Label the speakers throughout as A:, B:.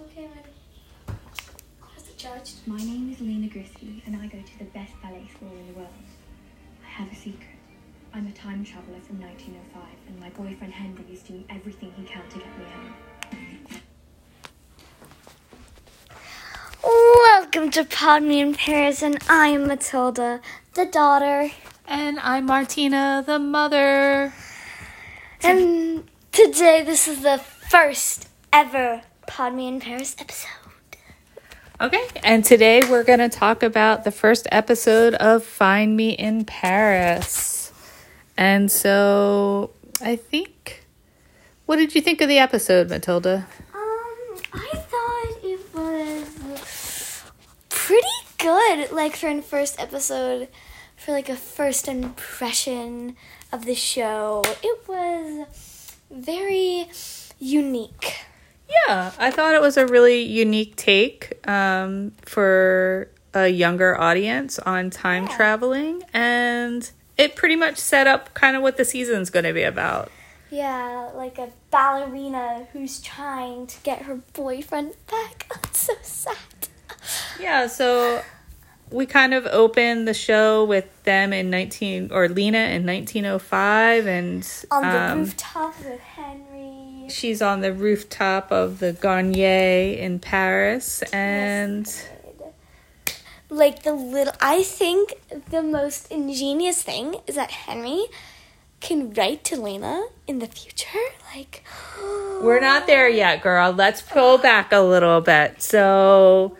A: Okay, then. How's it charged?
B: My name is Lena Grisky, and I go to the best ballet school in the world. I have a secret. I'm a time traveler from 1905, and my boyfriend Henry is doing everything he can to get me home.
A: Welcome to Pod Me in Paris, and I am Matilda, the daughter.
C: And I'm Martina, the mother.
A: And today, this is the first ever Pod Me in Paris episode.
C: Okay, and today we're going to talk about the first episode of Find Me in Paris. And so I think. What did you think of the episode, Matilda?
A: Um, I thought it was pretty good, like for a first episode, for like a first impression of the show. It was very unique.
C: Yeah, I thought it was a really unique take um, for a younger audience on time traveling, and it pretty much set up kind of what the season's going to be about.
A: Yeah, like a ballerina who's trying to get her boyfriend back. That's so sad.
C: Yeah, so we kind of opened the show with them in 19 or Lena in 1905 and
A: On the
C: um,
A: rooftop with Henry.
C: she's on the rooftop of the Garnier in Paris and
A: like the little i think the most ingenious thing is that henry can write to lena in the future like
C: we're not there yet, girl. Let's pull back a little bit. So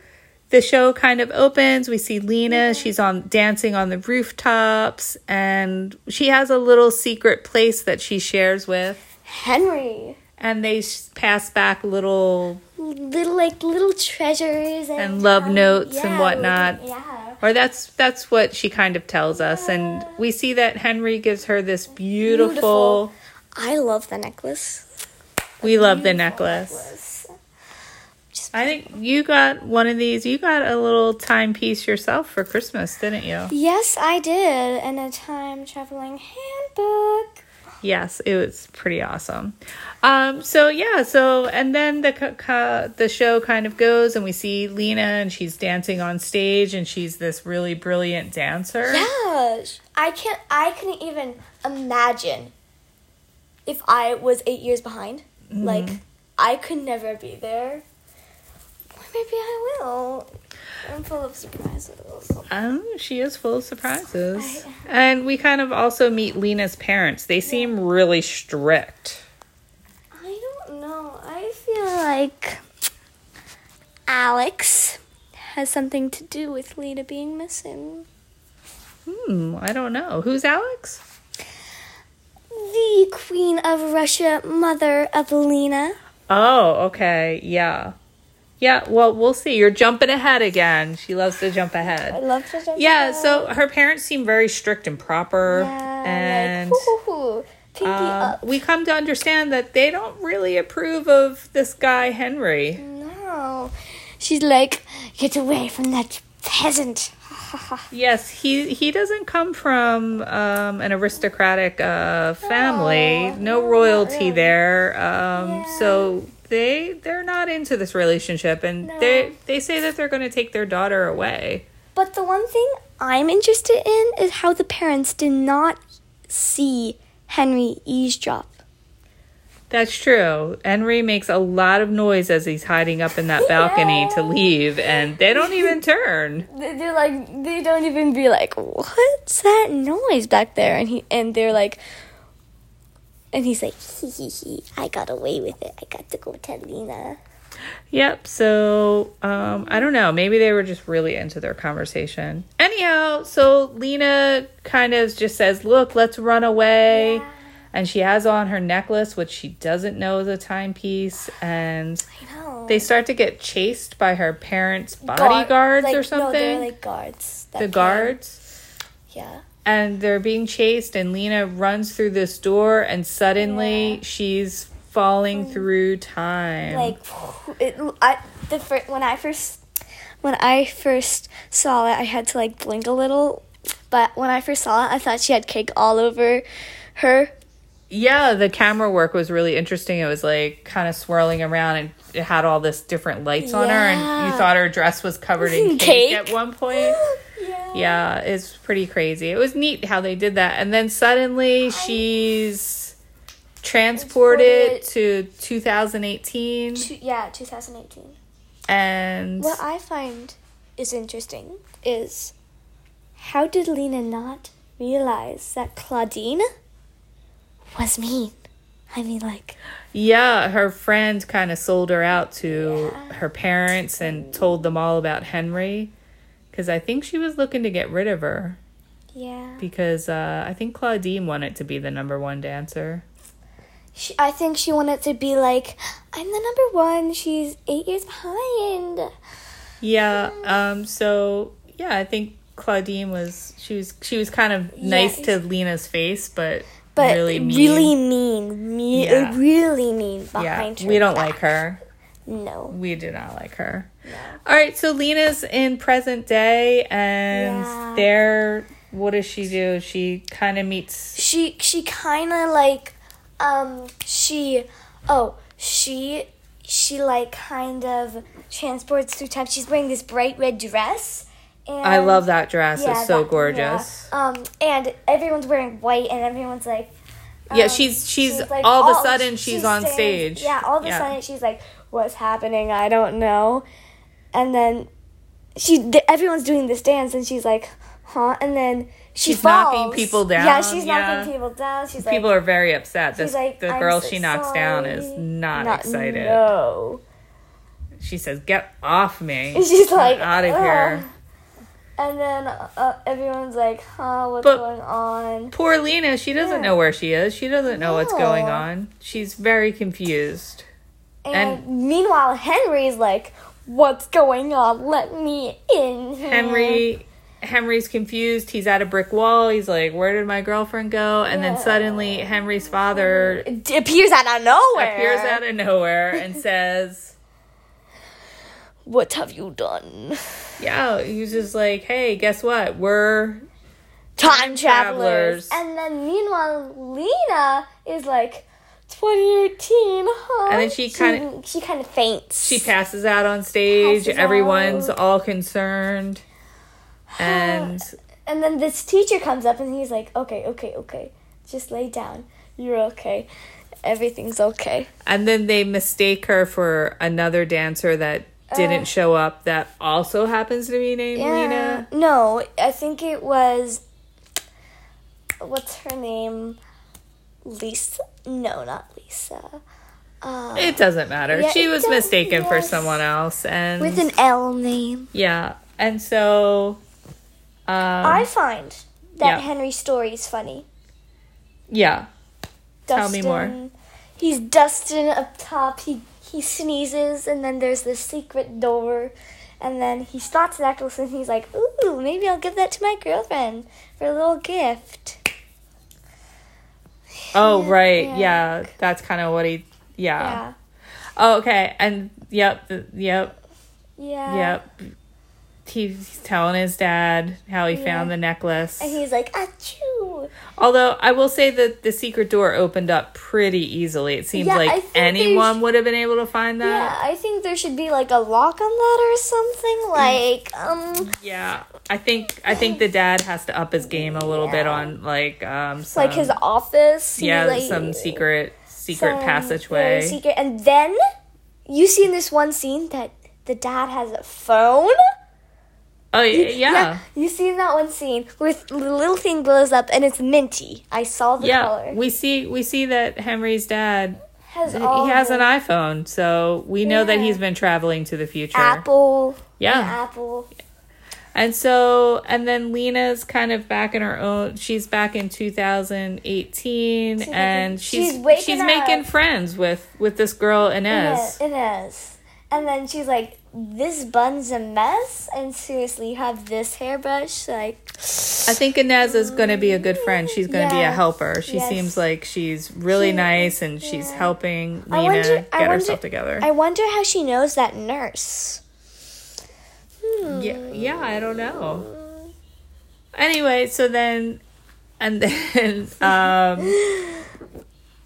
C: the show kind of opens. We see Lena. She's on dancing on the rooftops, and she has a little secret place that she shares with.
A: henry
C: And they s- pass back little
A: little like little treasures and,
C: And love notes and whatnot.
A: like, yeah
C: or that's that's what she kind of tells us and we see that henry gives her this
A: Beautiful.
C: beautiful,
A: i love the necklace
C: we love the necklace.
A: necklace
C: i think you got one of these you got a little timepiece yourself for christmas didn't you
A: yes i did and a time traveling handbook
C: yes it was pretty awesome um so yeah so and then the co- co- the show kind of goes and we see lena and she's dancing on stage and she's this really brilliant dancer
A: Yeah, sh- I can't. I couldn't even imagine if I was eight years behind. Like, I could never be there. Or maybe I will. I'm full of surprises.
C: Um, she is full of surprises. And we kind of also meet Lena's parents. They seem really strict.
A: I don't know. I feel like Alex has something to do with Lena being missing.
C: Hmm, I don't know. Who's Alex?
A: The Queen of Russia, mother of Lena.
C: Oh, okay. Yeah. Yeah, well, we'll see. You're jumping ahead again. She loves to jump
A: I
C: ahead.
A: love to jump
C: Yeah,
A: around.
C: so her parents seem very strict and proper.
A: Yeah,
C: and
A: like, hoo, hoo, hoo, pinky
C: um,
A: up.
C: we come to understand that they don't really approve of this guy, Henry.
A: No, she's like, get away from that peasant.
C: Yes, he he doesn't come from um, an aristocratic uh, family.
A: No,
C: no
A: not
C: royalty
A: really.
C: there. Um,
A: Oh, Yeah.
C: So they they're not into this relationship, and
A: No.
C: they they say that they're going to take their daughter away.
A: but the one thing I'm interested in is how the parents did not see Henry eavesdrop.
C: That's true. Henry makes a lot of noise as he's hiding up in that balcony to leave, and they don't even turn.
A: They- They're like, they don't even be like, what's that noise back there? And he, and they're like, and he's like, hee hee hee, I got away with it. I got to go tell Lena.
C: Yep. So um, I don't know. Maybe they were just really into their conversation. Anyhow, so Lena kind of just says, "Look, let's run away," and she has on her necklace, which she doesn't know is a timepiece, and
A: No.
C: they start to get chased by her parents'
A: Guard-
C: bodyguards
A: like, No, they're
C: or something.
A: like guards. that
C: the
A: came.
C: guards.
A: Yeah.
C: and they're being chased and Lena runs through this door and suddenly she's falling through time.
A: like it, I, the fir- when I first when I first saw it, I had to like blink a little. But when I first saw it, I thought she had cake all over her,
C: yeah, the camera work was really interesting. It was like kind of swirling around and it had all this different lights on her and you
A: Yeah.
C: thought her dress was covered in
A: Cake.
C: cake at one point.
A: yeah.
C: Yeah, it's pretty crazy. It was neat how they did that. And then suddenly she's transported to 2018
A: Two, yeah, 2018.
C: and
A: What I find is interesting is how did Lena not realize that Claudine was mean? I mean, like,
C: yeah, her friend kind of sold her out to
A: Yeah.
C: her parents and told them all about Henry cuz I think she was looking to get rid of her
A: yeah.
C: because uh, I think Claudine wanted to be the number one dancer.
A: She, I think she wanted to be like, I'm the number one. She's eight years behind.
C: Yeah. Um. So yeah, I think Claudine was she was she was kind of nice to Lena's face, but
A: But
C: really
A: really mean, really mean,
C: mean.
A: me- uh,
C: Yeah.
A: really mean behind
C: yeah,
A: her.
C: we don't
A: back.
C: like her.
A: No.
C: We do not like her.
A: No.
C: All right. So Lena's in present day, and
A: Yeah.
C: there, what does she do? She kind of meets.
A: she she kind of like um she oh she she like kind of transports through time she's wearing this bright red dress and
C: I love that dress. it's so
A: Um, that-
C: gorgeous.
A: yeah. um and everyone's wearing white and everyone's like
C: Yeah,
A: um,
C: she's she's,
A: like,
C: all of a
A: all-
C: sudden
A: she
C: she's on
A: stands-
C: stage.
A: yeah all of a sudden she's like what's happening i don't know and then she th- everyone's doing this dance and she's like huh and then she
C: She's knocking
A: falls.
C: people
A: yeah
C: down,
A: she's
C: yeah.
A: knocking people down she's like
C: People are very upset. This,
A: She's like,
C: the
A: "I'm
C: girl
A: so
C: she knocks down is
A: sorry."
C: not, excited.
A: No.
C: She says, "Get off me!"
A: And she's like,
C: out of
A: "Ugh."
C: here.
A: And then uh, everyone's like, huh, what's
C: But-
A: going on?
C: Poor Lena. She doesn't
A: Yeah.
C: know where she is. She doesn't know what's
A: No.
C: going on. She's very confused.
A: And,
C: and-
A: meanwhile, Henry's like, what's going on? Let me in. here."
C: Henry, Henry's confused. He's at a brick wall. He's like, "Where did my girlfriend go?" And then
A: Yeah.
C: suddenly, Henry's father
A: D- appears out of nowhere.
C: appears out of nowhere and says,
A: What have you done?
C: "Yeah." He's just like, "Hey, guess what? We're
A: Time travelers.
C: travelers.
A: And then meanwhile, Lena is like, 2018, huh?
C: And then she kinda-
A: she kind of faints.
C: she passes out on stage.
A: Passes
C: Everyone's
A: out.
C: all concerned." And
A: And then this teacher comes up and he's like, okay, okay, okay. Just lay down. You're okay. Everything's okay.
C: And then they mistake her for another dancer that didn't show up that also happens to be named Lena.
A: No, I think it was. What's her name? Lisa? No, not Lisa. Uh,
C: It doesn't matter.
A: Yeah,
C: she
A: it
C: was
A: does-
C: mistaken for
A: yes.
C: someone else and
A: with an L name.
C: yeah. And so um
A: I find that
C: yeah.
A: Henry's story is funny.
C: yeah. Tell me
A: Dustin,
C: more.
A: He's Dustin up top. He he sneezes, and then there's this secret door, and then he spots the necklace, and he's like, "Ooh, maybe I'll give that to my girlfriend for a little gift."
C: Oh right. Yeah.
A: yeah.
C: That's kind of what he yeah.
A: Yeah,
C: Oh, okay. And yep, th- yep,
A: yeah.
C: yep. He's telling his dad how he found the necklace.
A: And he's like, "Achoo!"
C: Although I will say that the secret door opened up pretty easily. It seems
A: Yeah, I
C: like
A: think they
C: anyone
A: sh-
C: would have been able to find
A: Yeah,
C: that. Mm.
A: I think there should be like a lock on that or something. Like, um,
C: Yeah. I think I think the dad has to up his game a little bit
A: Yeah.
C: on like um some,
A: like his office. he,
C: yeah
A: like,
C: some secret secret
A: some
C: passageway.
A: very secret, and then you see in this one scene that the dad has a phone.
C: oh yeah, yeah.
A: You see in that one scene where th- the little thing blows up and it's minty. I saw the
C: Yeah.
A: color.
C: We see we see that Henry's dad
A: Has all
C: he has
A: the
C: an iPhone, so we know that
A: Yeah.
C: he's been traveling to the future.
A: apple.
C: Yeah.
A: Apple.
C: And so, and then Lena's kind of back in her own. She's back in 2018, and she's
A: she's
C: she's,
A: waking up.
C: making friends with with this girl Inez.
A: It is. And then she's like, "This bun's a mess." And seriously, you have this hairbrush. Like,
C: I think Inez is going to be a good friend. She's going to be a
A: Yeah.
C: helper. She
A: Yes.
C: seems like she's really
A: She-
C: nice, and she's
A: yeah.
C: helping Lena
A: I wonder-
C: get
A: I wonder-
C: herself together.
A: I wonder how she knows that nurse. Hmm.
C: yeah, yeah, I don't know. Anyway, so then, and then, um,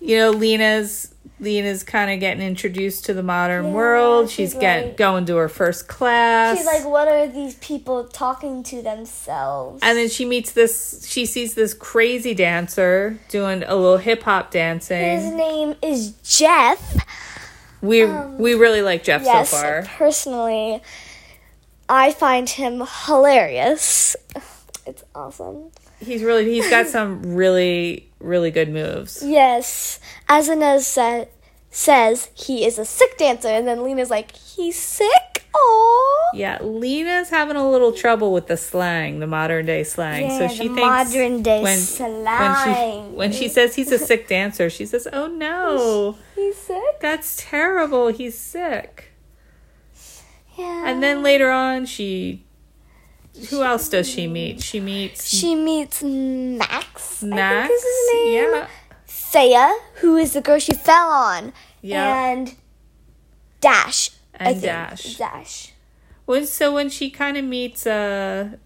C: you know, Lena's Lena's kind of getting introduced to the modern
A: Yeah,
C: world. She's,
A: she's
C: getting
A: like-
C: going to her first class.
A: She's like, what are these people talking to themselves?
C: and then she meets this. She sees this crazy dancer doing a little hip hop
A: His
C: dancing.
A: name is Jeff.
C: We we really like Jeff
A: um, yes,
C: so far.
A: personally, I find him hilarious. It's awesome.
C: He's really he's got some really really good moves.
A: Yes, as Inez said, says he is a sick dancer, and then Lena's like, he's sick. Oh,
C: Yeah, Lena's having a little trouble with the slang, the modern day slang. so
A: Yeah,
C: she
A: the
C: thinks
A: modern day
C: When she,
A: slang.
C: when she says he's a sick dancer, she says, "Oh no,
A: he's sick.
C: that's terrible. He's sick."
A: Yeah.
C: And then later on, she who else does she meet? She meets
A: she meets Max. I
C: Max.
A: think is his name.
C: Yeah,
A: Thea, who is the girl she fell on.
C: yeah.
A: And Dash. I
C: And
A: think.
C: Dash.
A: Dash.
C: When so when she kind of meets uh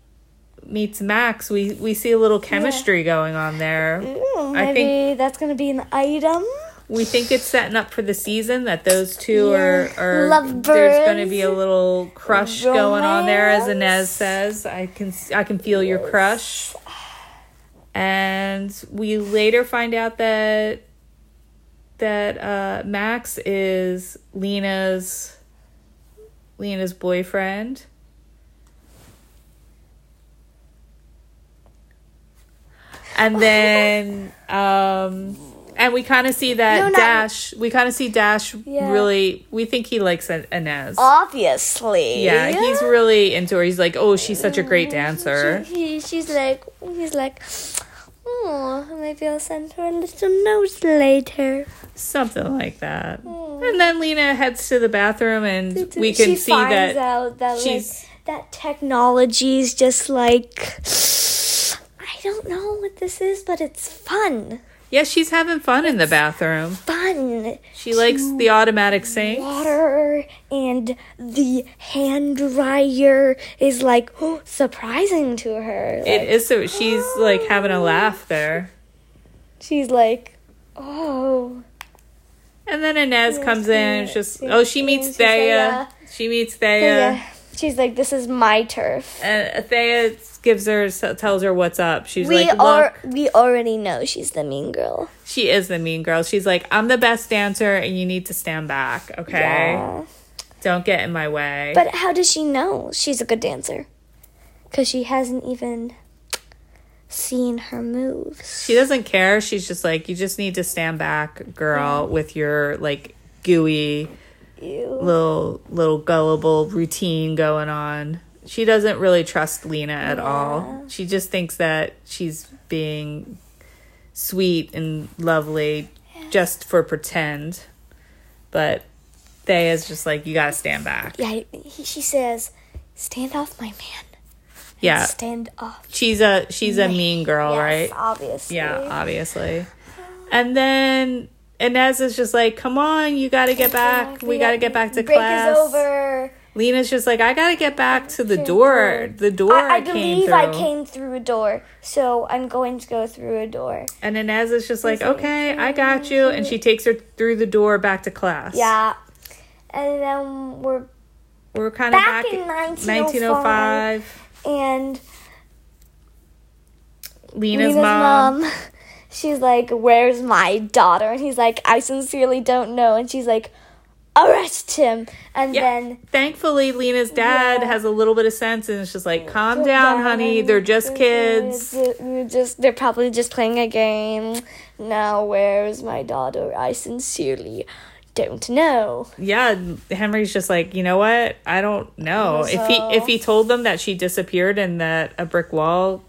C: meets Max, we we see a little chemistry going on there.
A: Ooh,
C: I
A: Hmm, maybe
C: think-
A: that's gonna be an item.
C: we think it's setting up for the season that those two
A: Yeah.
C: are, are
A: Lovebirds.
C: there's going to be a little crush going on there as
A: Romance.
C: Inez says I can s- I can feel your crush and we later find out that that uh, Max is Lena's Lena's boyfriend and then um and we kind of see that
A: No, not-
C: dash we kind of see dash
A: Yeah.
C: really we think he likes An- inez
A: Obviously.
C: yeah he's really into her he's like oh she's such a great dancer
A: Mm, She, he, she's like, he's like, oh, maybe I'll send her a little note later.
C: something like that and then lena heads to the bathroom and we can
A: Hmm. she
C: see
A: finds
C: that
A: out that like,
C: she's-
A: that technology is just like, I don't know what this is, but it's fun,
C: yeah she's having fun in the bathroom
A: fun.
C: she likes the automatic sink
A: water and the hand dryer is like surprising to her.
C: it
A: Like,
C: is so she's like having a laugh there
A: she's like, oh,
C: and then inez comes in and it's just oh she meets
A: she's like,
C: thea
A: yeah.
C: she meets
A: yeah.
C: thea
A: She's like, this is my turf.
C: And Thea gives her tells her what's up. She's
A: we
C: like, "Look,
A: are. We already know she's the mean girl.
C: she is the mean girl. She's like, I'm the best dancer, and you need to stand back, okay?
A: Yeah.
C: Don't get in my way."
A: But how does she know she's a good dancer? Because she hasn't even seen her moves.
C: she doesn't care. She's just like, you just need to stand back, girl, with your like gooey
A: Ew.
C: little little gullible routine going on. She doesn't really trust Lena at all. She just thinks that she's being sweet and lovely just for pretend. But Thea's just like, you gotta stand back.
A: Yeah, he, she says, "Stand off, my man.
C: Yeah.
A: Stand off."
C: She's a she's a mean girl,
A: Yes,
C: right?
A: Obviously.
C: Yeah, uh, obviously. And then Inez is just like, Come on, you gotta get back. We gotta get back to
A: break
C: class.
A: is over.
C: Lena's just like, I gotta get back to the door. The door
A: I,
C: I,
A: I
C: came
A: believe
C: through.
A: I came through a door, so I'm going to go through a door.
C: And Inez is just like, okay, I got you. And she takes her through the door back to class.
A: Yeah. And then we're
C: We're kind of back, oh
A: back, in
C: in
A: 1905,
C: 1905.
A: and
C: Lena's,
A: Lena's
C: mom.
A: mom. she's like, "Where's my daughter?" And he's like, "I sincerely don't know." And she's like, "Arrest him!" And
C: Yeah.
A: then
C: Thankfully, Lena's dad
A: Yeah.
C: has a little bit of sense and is just like, calm down, honey. They're just kids.
A: They're just they're probably just playing a game. Now where's my daughter? I sincerely don't know.
C: Yeah, Henry's just like, you know what? I don't know. If he if he told them that she disappeared and that a brick wall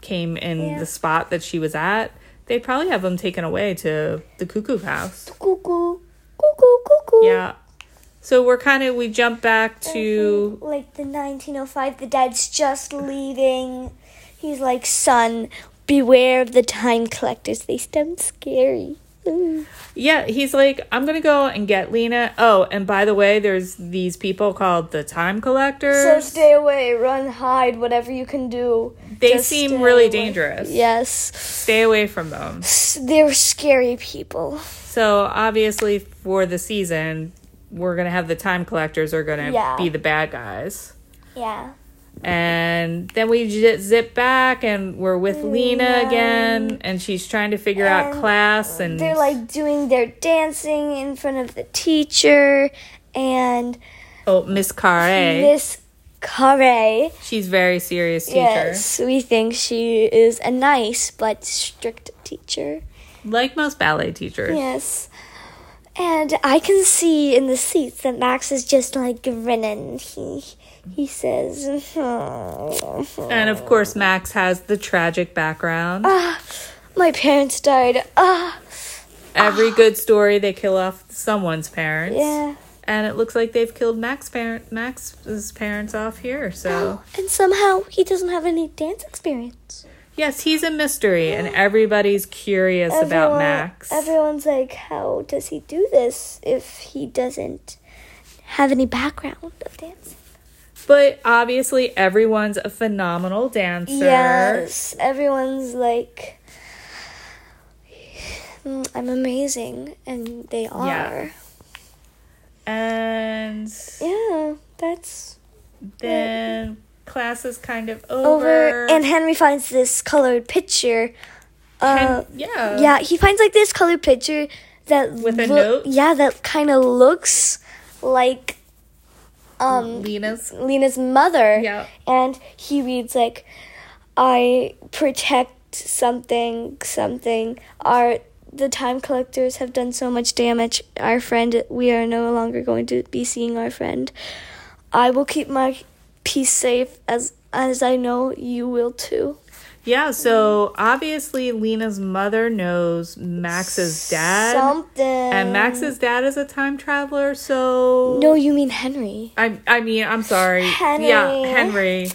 C: came in
A: Yeah.
C: the spot that she was at, they'd probably have him taken away to the cuckoo house.
A: Cuckoo, cuckoo, cuckoo.
C: Yeah. So we're kind of we jump back to
A: Like the 1905, the dad's just leaving. He's like, son, beware of the time collectors. They sound scary.
C: Yeah, he's like, I'm gonna go and get Lena. Oh, and by the way, there's these people called the Time
A: So
C: Collectors.
A: stay away, run, hide, whatever you can do.
C: They
A: Just
C: seem
A: stay
C: really
A: away.
C: dangerous.
A: Yes.
C: Stay away from them.
A: S- They're scary people.
C: So obviously, for the season, we're gonna have the Time Collectors are gonna
A: Yeah.
C: be the bad guys.
A: Yeah.
C: And then we j- zip back, and we're with Lena again, and she's trying to figure out
A: Mm, And
C: class, and
A: They're like doing their dancing in front of the teacher and
C: oh, Miss Carre,
A: Miss Carre.
C: she's very serious teacher.
A: Yes, we think she is a nice but strict teacher.
C: like most ballet teachers.
A: Yes. And I can see in the seats that Max is just like grinning. He he says, "Hmm.
C: And of course, Max has the tragic background.
A: "Ah, my parents died. Ah,
C: Every good story, they kill off someone's parents.
A: yeah."
C: And it looks like they've killed Max parent Max's parents off here. So
A: And somehow he doesn't have any dance experience.
C: yes, he's a mystery, and everybody's curious about
A: Everyone-
C: Max.
A: Everyone's like, "How does he do this if he doesn't have any background of dance?"
C: But obviously, everyone's a phenomenal dancer.
A: Yes, everyone's like, "Mm, I'm amazing, and they are.
C: And
A: Yeah, that's
C: then class is kind of
A: over.
C: over.
A: And Henry finds this colored picture. Uh,
C: Hen- yeah,
A: yeah, he finds like this colored picture that
C: With a
A: loo-
C: note?
A: Yeah, that kind of looks like um
C: Lena's.
A: Lena's mother.
C: Yeah.
A: And he reads like, "I protect something, something. Our the time collectors have done so much damage. Our friend, we are no longer going to be seeing our friend. I will keep my peace safe as as I know you will too."
C: Yeah, so obviously Lena's mother knows Max's dad.
A: Something.
C: and Max's dad is a time traveler, so
A: No, you mean Henry.
C: I I mean, I'm sorry.
A: Henry.
C: Yeah, Henry.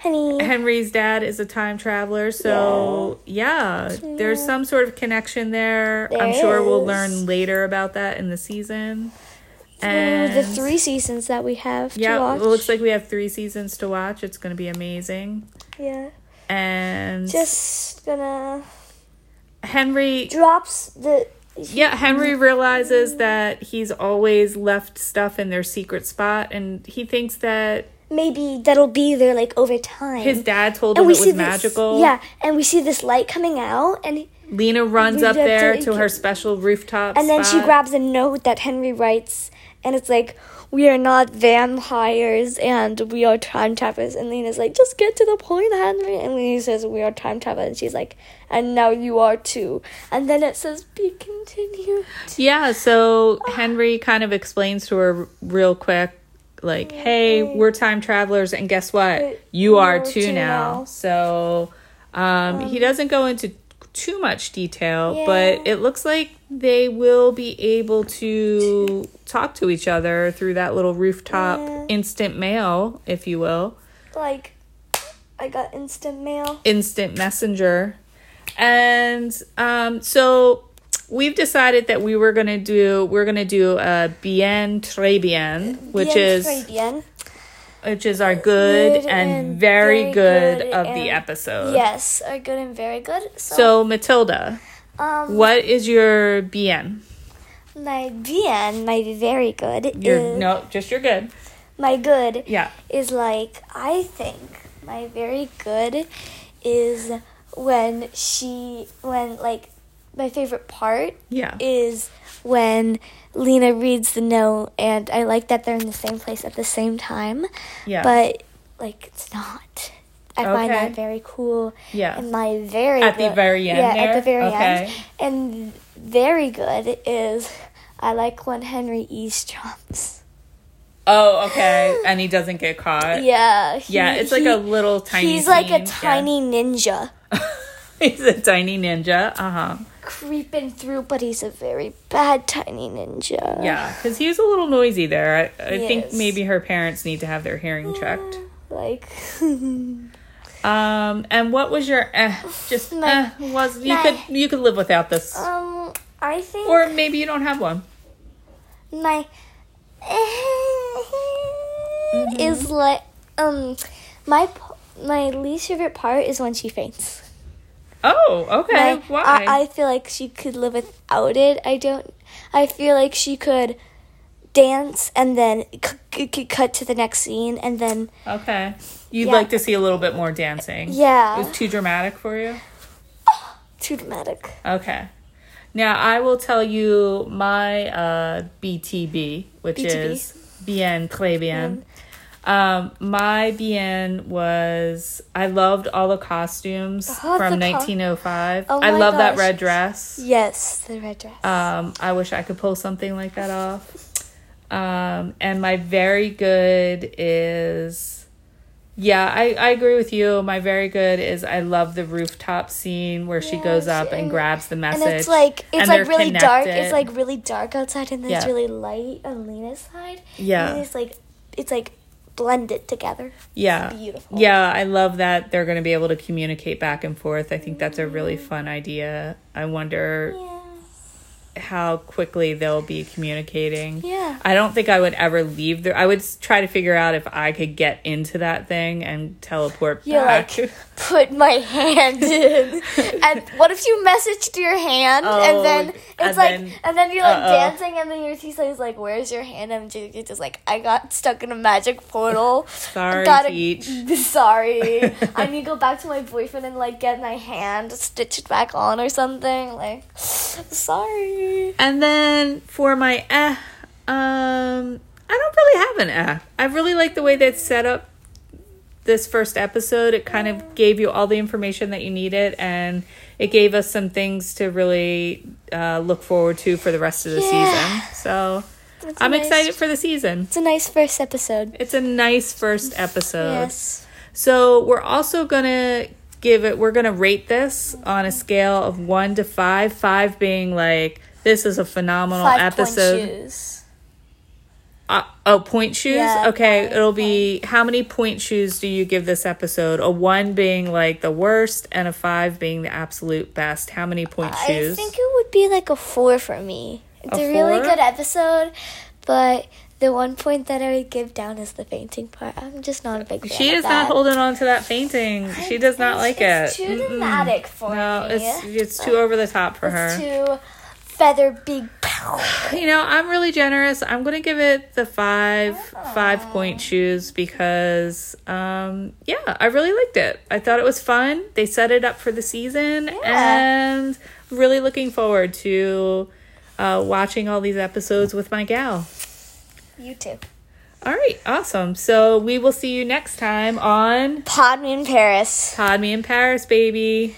A: Henry.
C: Henry's dad is a time traveler, so yeah, there's some sort of connection there. I'm
A: There
C: sure we'll
A: is.
C: learn later about that in the season.
A: Ooh, the
C: And
A: three seasons that we have to
C: yeah,
A: watch.
C: it looks like we have 3 seasons to watch. It's going to be amazing.
A: yeah.
C: And
A: Just gonna
C: Henry
A: drops the
C: Yeah, Henry realizes that he's always left stuff in their secret spot, and he thinks that
A: maybe that'll be there like over time.
C: his dad told
A: and
C: him
A: we
C: it
A: see
C: was
A: this,
C: magical.
A: Yeah, and we see this light coming out, and
C: Lena runs
A: We
C: up
A: have
C: there
A: to-
C: to her special rooftop,
A: and then she
C: spot.
A: grabs a note that Henry writes, and it's like, "We are not vampires, and we are time travelers." And Lena's like, "Just get to the point, Henry." And Lena says, "We are time travelers," and she's like, "And now you are too." And then it says, "Be continued."
C: Yeah, so Henry kind of explains to her real quick, like, "Hey, we're time travelers, and guess what? You are too now."
A: now.
C: So um, he doesn't go into too much detail, but it looks like they will be able to talk to each other through that little rooftop instant mail, if you will,
A: Like, I got instant mail.
C: instant messenger. And um, so we've decided that we were gonna do we're gonna do a bien très bien, which
A: Bien,
C: is
A: très bien.
C: which is our good,
A: Good
C: and,
A: and
C: very
A: very
C: good,
A: good
C: of
A: and-
C: the episode.
A: yes, are good and very good. So,
C: So Matilda,
A: um,
C: what is your bien?
A: my bien, my very good
C: Your
A: is
C: no, just your good.
A: my good
C: Yeah.
A: is like I think my very good is when she when like my favorite part
C: Yeah.
A: is when Lena reads the note and I like that they're in the same place at the same time.
C: Yeah.
A: But like it's not. I find
C: Okay.
A: that very cool.
C: Yeah.
A: And my very
C: At the
A: good-
C: very end
A: Yeah, at
C: there?
A: the very
C: Okay.
A: end. And very good is I like when Henry eavesdrops.
C: oh, okay. And he doesn't get caught.
A: Yeah. he-
C: Uh, Yeah, it's like
A: he-
C: a little tiny.
A: He's like a
C: scene. Yeah.
A: tiny ninja
C: he's a tiny ninja. Uh huh.
A: creeping through, but he's a very bad tiny ninja.
C: Yeah, because he was a little noisy there. I, I think
A: Yes.
C: maybe her parents need to have their hearing checked.
A: Like
C: Um, and what was your eh, just eh, was you
A: my-
C: could you could live without this.
A: um I think
C: Or maybe you don't have one.
A: my
C: Mm-hmm.
A: is like um my p- my least favorite part is when she faints.
C: Oh, okay.
A: Like,
C: Why?
A: I, I feel like she could live without it. I don't. I feel like she could dance and then c- c- c- cut to the next scene and then
C: okay. You'd
A: Yeah.
C: like to see a little bit more dancing. It
A: yeah,
C: was too dramatic for you?
A: too dramatic.
C: Okay. Now I will tell you my uh, BTB, which
A: BTB.
C: is bien très bien. Um, my bien was I loved all the costumes
A: Oh,
C: from
A: the co-
C: 1905.
A: Oh
C: I
A: my
C: love that
A: gosh.
C: red dress.
A: Yes, the red dress.
C: Um, I wish I could pull something like that off. Um, and my very good is, yeah, I, I agree with you. My very good is I love the rooftop scene where she
A: Yeah,
C: goes up
A: she-
C: and grabs the message.
A: and it's like it's
C: and they're
A: like really dark.
C: connected.
A: It's like really dark outside, and then it's
C: Yeah.
A: really light on Lena's side.
C: Yeah.
A: and it's like it's like blended together.
C: yeah,
A: beautiful.
C: Yeah, I love that they're going to be able to communicate back and forth. I think that's a really
A: Mm.
C: fun idea. I wonder
A: Yeah,
C: how quickly they'll be communicating.
A: yeah.
C: I don't think I would ever leave there. I would s- try to figure out if I could get into that thing and teleport
A: You're
C: back.
A: like, put my hand in. and what if you messaged your hand
C: Oh,
A: and then it's
C: and
A: like
C: then-
A: and then you're like
C: uh-oh.
A: dancing and then your Tisa's like, Where's your hand? And Judy's just like, I got stuck in a magic portal.
C: Sorry,
A: Gotta-
C: Teach.
A: Sorry. I need to go back to my boyfriend and like get my hand stitched back on or something. Like sorry.
C: And then for my eh, um, I don't really have an eh. I really like the way that set up this first episode. It kind of gave you all the information that you needed, and it gave us some things to really uh, look forward to for the rest of the
A: Yeah.
C: season. So
A: That's a
C: I'm
A: nice-
C: excited for the season.
A: It's a nice first episode.
C: It's a nice first episode.
A: Yes.
C: So we're also gonna give it. We're gonna rate this on a scale of one to five. Five being like this is a phenomenal
A: Five point
C: episode.
A: shoes.
C: Uh, oh, point shoes.
A: Yeah,
C: okay,
A: five,
C: it'll be how many point shoes do you give this episode? A one being like the worst, and a five being the absolute best. How many point
A: I
C: shoes?
A: think it would be like a four for me. It's
C: A
A: a, really
C: four?
A: good episode, but the one point that I would give down is the fainting part. I'm just not a big fan.
C: she
A: of
C: is
A: that.
C: not holding on to that fainting. She does not like
A: it's
C: it.
A: It's too
C: Mm-mm.
A: dramatic for
C: No,
A: me.
C: it's it's too over the top for her.
A: It's too feather big pow.
C: You know, I'm really generous. I'm gonna give it the five five point shoes because um yeah, I really liked it. I thought it was fun. They set it up for the season and really looking forward to uh watching all these episodes with my gal.
A: You too.
C: All right, awesome. So we will see you next time on
A: Pod me in Paris.
C: Pod Me in Paris, baby.